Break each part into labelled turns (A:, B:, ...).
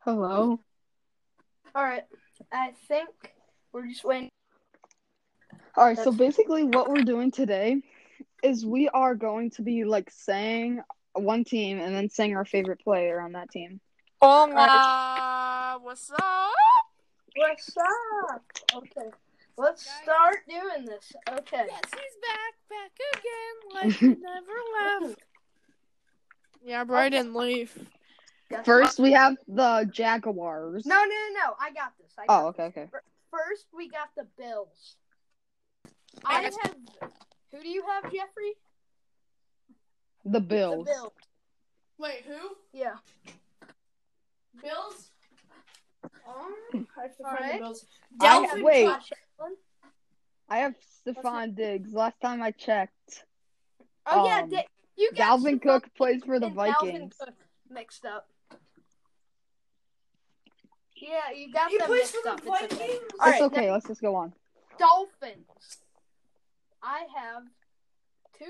A: Hello.
B: All right. I think we're just waiting.
A: All right, so
B: That's-
A: basically what we're doing today is we are going to be like saying one team and then saying our favorite player on that team.
B: Oh.
C: Uh, Hola, Oh what's up?
B: What's up? Okay. Let's start doing this. Okay.
C: Yes, he's back, back again, like he never left. Yeah,
B: Oh.
C: bro, I didn't leave.
B: Yes.
A: First, we have the Jaguars.
B: No, no, no, no. I got this. I got
A: Oh, okay, okay.
B: this. First, we got the Bills. I
C: Yes.
B: have. Who do you have, Jeffrey?
A: The Bills.
B: The Bills.
C: Wait, who?
B: Yeah.
C: Bills? Um, I have to
B: All right.
C: Bills.
A: I-
C: Dalvin
A: wait.
C: Cook.
A: I have Stephon Diggs. Last time I checked,
B: Oh yeah,
A: Um,
B: Da- you got
A: Dalvin
B: Stephon
A: Cook plays for the
B: and Dalvin
A: Vikings.
B: Cook mixed up. Yeah, you got
C: He
B: them
C: plays
B: mixed
C: for the
B: up. It's okay.
C: Vikings?
B: All
A: It's
B: right,
A: okay. Let's just go on.
B: Dolphins. I have Tua.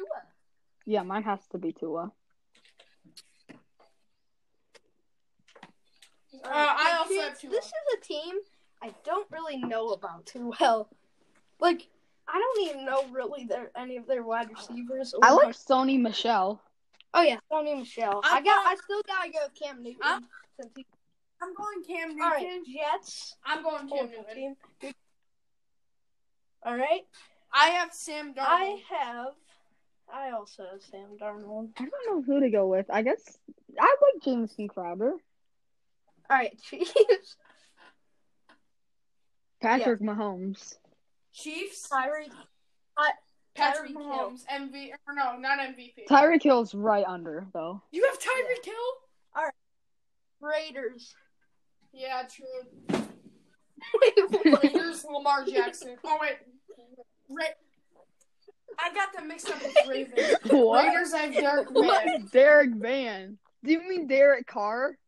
A: Yeah, mine has to be Tua.
C: Uh, I also
B: This-
C: have Tua.
B: This is a team I don't really know about too well. Like, I don't even know really their any of their wide receivers. or-
A: I like Sony Michelle.
B: Oh yeah, Sony Michelle. I
C: I'm
B: got.
C: going-
B: I still gotta go Cam Newton.
C: I'm-
B: since he-
C: I'm going Cam Newton.
B: All right, Jets.
C: I'm going Cam
B: Horrible
C: Newton.
B: team. All right.
C: I have Sam Darnold.
B: I have. I also have Sam Darnold.
A: I don't know who to go with. I guess I like Jameson Crowder.
B: All right, Chiefs.
A: Patrick Mahomes.
C: Chiefs.
B: Tyreek.
C: Patrick
B: Tyreek
C: Mahomes. MV. Or no, not MVP.
A: Tyreek Hill's right under though.
C: you have Tyreek Hill?
B: Raiders.
C: Yeah, true.
B: Wait, what?
C: Raiders, Lamar Jackson. Oh wait, Ra- I got them mixed up with Ravens. Raiders, I have Derek Mann.
A: What? Derek Van? Do you mean Derek Carr?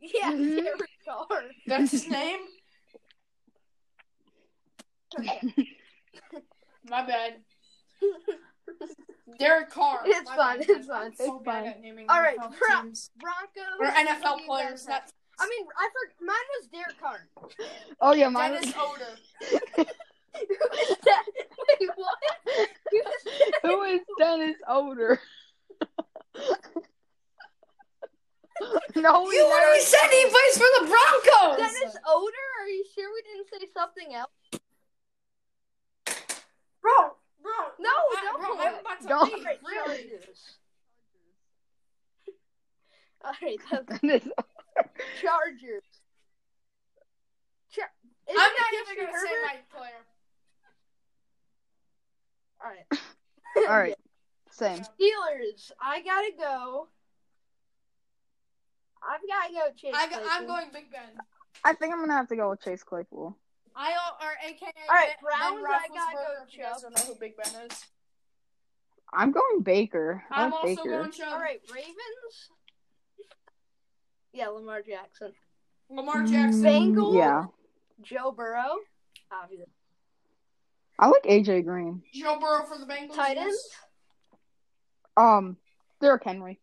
B: yeah,
A: Mhm.
B: Derek Carr.
C: That's his name.
B: Okay.
C: My bad. Derek Carr.
B: It's
C: My
B: fine,
C: bad.
B: it's fine,
C: I'm so
A: it's
C: bad
A: fine.
C: at naming
B: All right,
C: NFL
B: crap.
C: teams.
B: Broncos.
C: or
B: Who
C: NFL
B: do you
C: players.
B: guys
C: Not
B: have? I mean, I for- mine was Derek Carr.
A: Oh yeah, mine.
C: Dennis Oder.
B: Who is that? Wait, what? Who is that?
A: Who is Dennis Oder? no, we
C: You literally
A: never-
C: said he plays for the Broncos.
B: Dennis Oder? Are you sure we didn't say something else?
C: bro, bro.
B: No,
C: I,
B: don't.
C: bro, I'm about to
A: Don't.
C: leave,
B: All right,
C: really.
B: Chargers. All right, that's
A: Dennis.
B: Chargers. Char-
C: I'm not even gonna say my player.
B: All right.
A: All right, same.
B: Steelers, I gotta go. I've gotta go. Chase
C: I got,
B: Claypool.
C: I'm going Big Ben.
A: I think I'm gonna have to go with Chase Claypool.
C: I or AKA
B: All right,
C: Ben, ben
B: Browns, I gotta go
C: Roethlisberger, if you guys
B: Chubb.
C: don't know who Big Ben is.
A: I'm going Baker. I
C: I'm
A: like
C: also
A: Baker.
C: going Chubb.
B: All right, Ravens. Yeah, Lamar Jackson,
C: Lamar Jackson.
B: Bengals.
A: Yeah,
B: Joe Burrow, obviously.
A: I like AJ Green.
C: Joe Burrow for the Bengals.
B: Titans.
A: Um, Derrick Henry.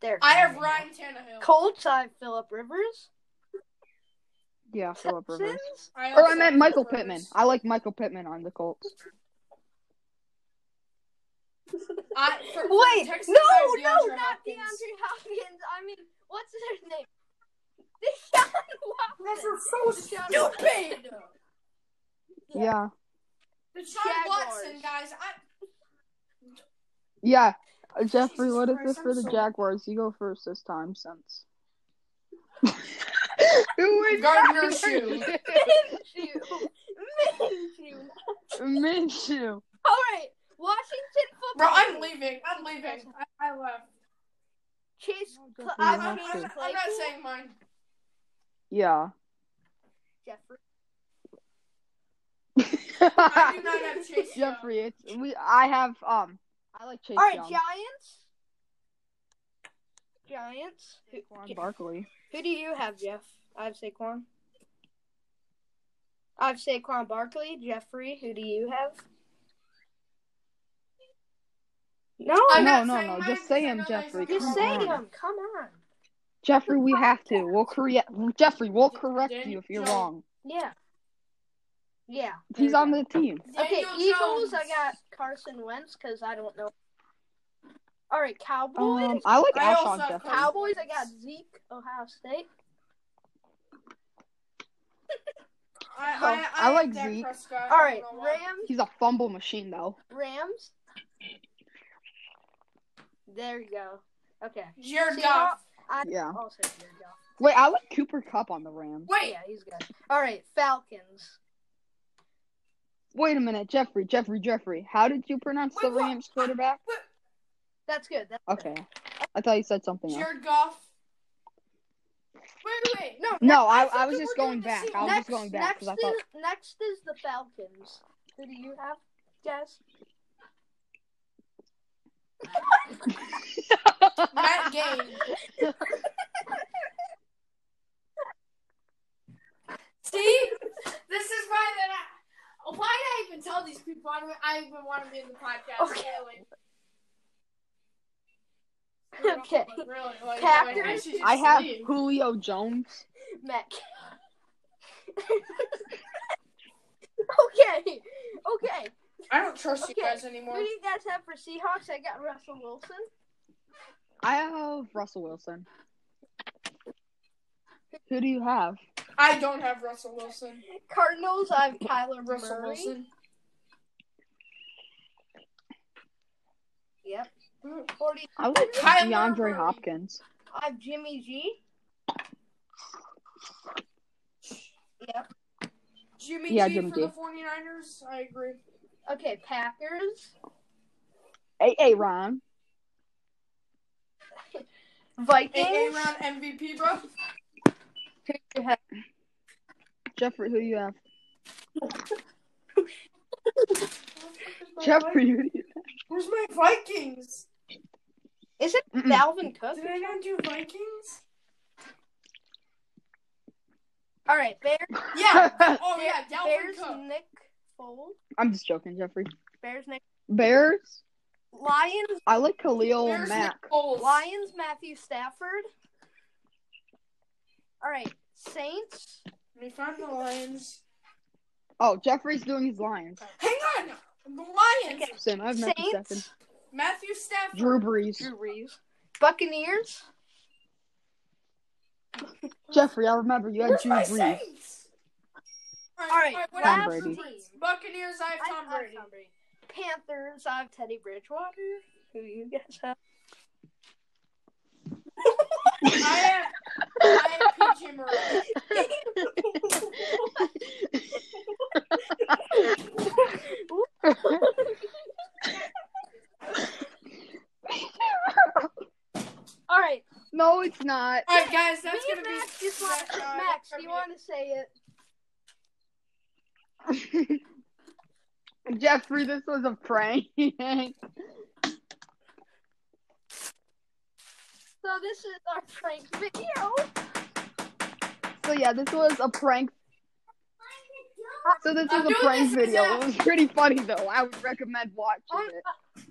B: There.
C: I have Ryan Tannehill.
B: Colts. I have Philip Rivers.
A: Yeah, Philip Rivers.
B: Texans?
C: I have
A: Or Oh, I meant
C: Phillip
A: Michael
C: Rivers.
A: Pittman. I like Michael Pittman on the Colts.
C: I, for, for
B: Wait,
C: the Texans,
B: no,
C: I have
B: no,
C: DeAndre
B: not
C: Hopkins.
B: DeAndre Hopkins. I mean, what's his name? Deshaun Watson. Deshaun Watson.
C: Stupid.
B: Yeah.
A: Yeah.
C: Deshaun Watson,
B: Jaguars.
C: guys. I,
A: Yeah. Uh, Jeffrey,
C: Jesus
A: what is
C: Christ,
A: this
C: I'm
A: for the
C: so-
A: Jaguars? You go first this time, since. Who is
C: Gardner
A: Gardner
C: Minshew.
B: Minshew. Minshew.
A: Minshew.
B: All right, Washington
C: bro,
B: football.
C: I'm
B: Team.
C: leaving. I'm leaving. I, I left.
B: Chase.
A: Oh,
B: Cl-
A: I
C: I'm,
B: I
C: I'm,
A: left
B: mean,
A: too.
C: I'm, I'm not
B: Claypool,
C: saying mine.
A: Yeah.
B: Jeffrey.
C: I do not have Chase. Young.
A: Jeffrey, it's we. I have um. I like Chase
B: All right,
A: Young.
B: Giants. Giants. Who,
A: Saquon Barkley.
B: who do you have, Jeff? I have Saquon. I have Saquon Barkley. Jeffrey, who do you have? No,
C: I'm
A: no,
C: not
A: no,
C: saying
A: no.
C: mine
A: Just
C: because I
A: say 'em,
C: know there's
A: Jeffrey.
B: you
C: a-
A: Come
B: say
A: on.
B: them. Come on.
A: Jeffrey, we have to. We'll correct Jeffrey. We'll correct you if you're wrong.
B: Yeah. Yeah.
A: He's on the team.
B: Okay,
C: Daniel
B: Eagles.
C: Jones.
B: I got Carson Wentz because I don't know. All right, Cowboys.
A: Um, I like
C: I
A: Alshon
C: also-
A: Jeffrey.
B: Cowboys. I got Zeke, Ohio State.
C: I,
A: So,
C: I,
A: I like
C: Dak
A: Zeke.
C: Prescott.
B: All right,
C: I don't know why.
B: Rams.
A: He's a fumble machine, though.
B: Rams. There you go. Okay.
C: Jared
B: See,
C: Goff.
B: I
A: Yeah.
B: also there you go.
A: Wait, I like Cooper Cup on the Rams.
C: Wait,
B: Yeah, he's good. All right, Falcons.
A: Wait a minute, Jeffrey, Jeffrey, Jeffrey. How did you pronounce
C: Wait,
A: the
C: what?
A: Rams quarterback?
B: That's good. That's good.
A: Okay, I thought you said something else.
C: Jared Goff. Wait, wait, no.
A: No, I,
C: thought
A: I was
C: you
A: just
C: were doing
A: going
C: the
A: back.
C: same-
A: I was
B: next,
A: just going back
B: next,
A: because I thought
B: is, next is the Falcons. Who do you have, Jess?
C: Matt Gay. See, this is why that I. Why did I even tell these people? I, don't- I even want to be in the podcast.
B: Okay.
C: Really.
B: Okay.
C: Really, like,
B: Packers.
C: I, should just
A: I have
C: leave.
A: Julio Jones.
B: Mac. okay, okay.
C: I don't trust
B: Okay.
C: you guys
B: Who
C: anymore.
B: do you guys have for Seahawks? I got Russell Wilson.
A: I have Russell Wilson. Who do you have?
C: I don't have Russell Wilson.
B: Cardinals. I have Kyler
C: Russell
B: Murray.
C: Wilson.
B: Yep. 40.
A: I like
C: Kyler Murray.
A: DeAndre Hopkins.
B: I have Jimmy G.
C: Jimmy
A: Yeah,
C: G
A: Jimmy
C: for
A: G.
C: the 49ers. I agree.
B: Okay, Packers.
A: Hey, hey, Ron.
B: Vikings.
C: A round MVP, bro.
B: Who do you have?
A: Jeffrey, who do you have? Jeffrey, who do you
C: Where's my Vikings?
B: Is it
A: Mm-mm.
B: Dalvin Cook?
C: Did I not do Vikings?
B: All right, Bears.
C: Yeah. Oh yeah, Dalvin
B: Bears.
C: Cook.
B: Nick Foles.
A: I'm just joking, Jeffrey.
B: Bears. Nick.
A: Bears.
B: Lions.
A: I like Khalil
C: Bears
A: Mack.
C: Nick Foles.
B: Lions. Matthew Stafford. All right, Saints.
C: We found the Lions.
A: Oh, Jeffrey's doing his Lions.
C: Hang on. The Lions.
A: Sin, I've met the
B: Saints.
A: second.
C: Matthew Stafford.
A: Drew Brees.
B: Drew Reeves. Buccaneers.
A: Jeffrey, I remember you had
C: Where's
A: Drew
C: my
A: Brees.
C: Saints?
B: All right,
C: what
A: Tom
C: else?
A: Brady.
C: Buccaneers. I have Tom
B: I- I-
C: Brady.
B: Tom Brady. Panthers. I have Teddy Bridgewater. Who you guys have?
C: I have. I have PJ Morales.
B: All right,
A: no, it's not.
C: All right, guys, that's
B: me
C: gonna
B: and
C: be.
B: Max just want
C: that's, uh,
B: Max.
C: that's
B: Do you
C: gonna
B: want to say it?
A: Jeffrey, this was a prank.
B: So this is our prank video.
A: so yeah, this was a prank. So this
C: I'm
A: was
C: doing
A: a prank
C: this
A: video.
C: exact-
A: It was pretty funny though. I would recommend watching
B: Um,
A: it.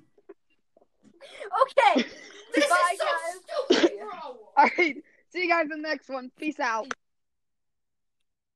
B: Okay.
C: This
B: Bye,
C: is so
B: guys.
C: stupid, bro.
A: All right, see you guys in the next one. Peace out.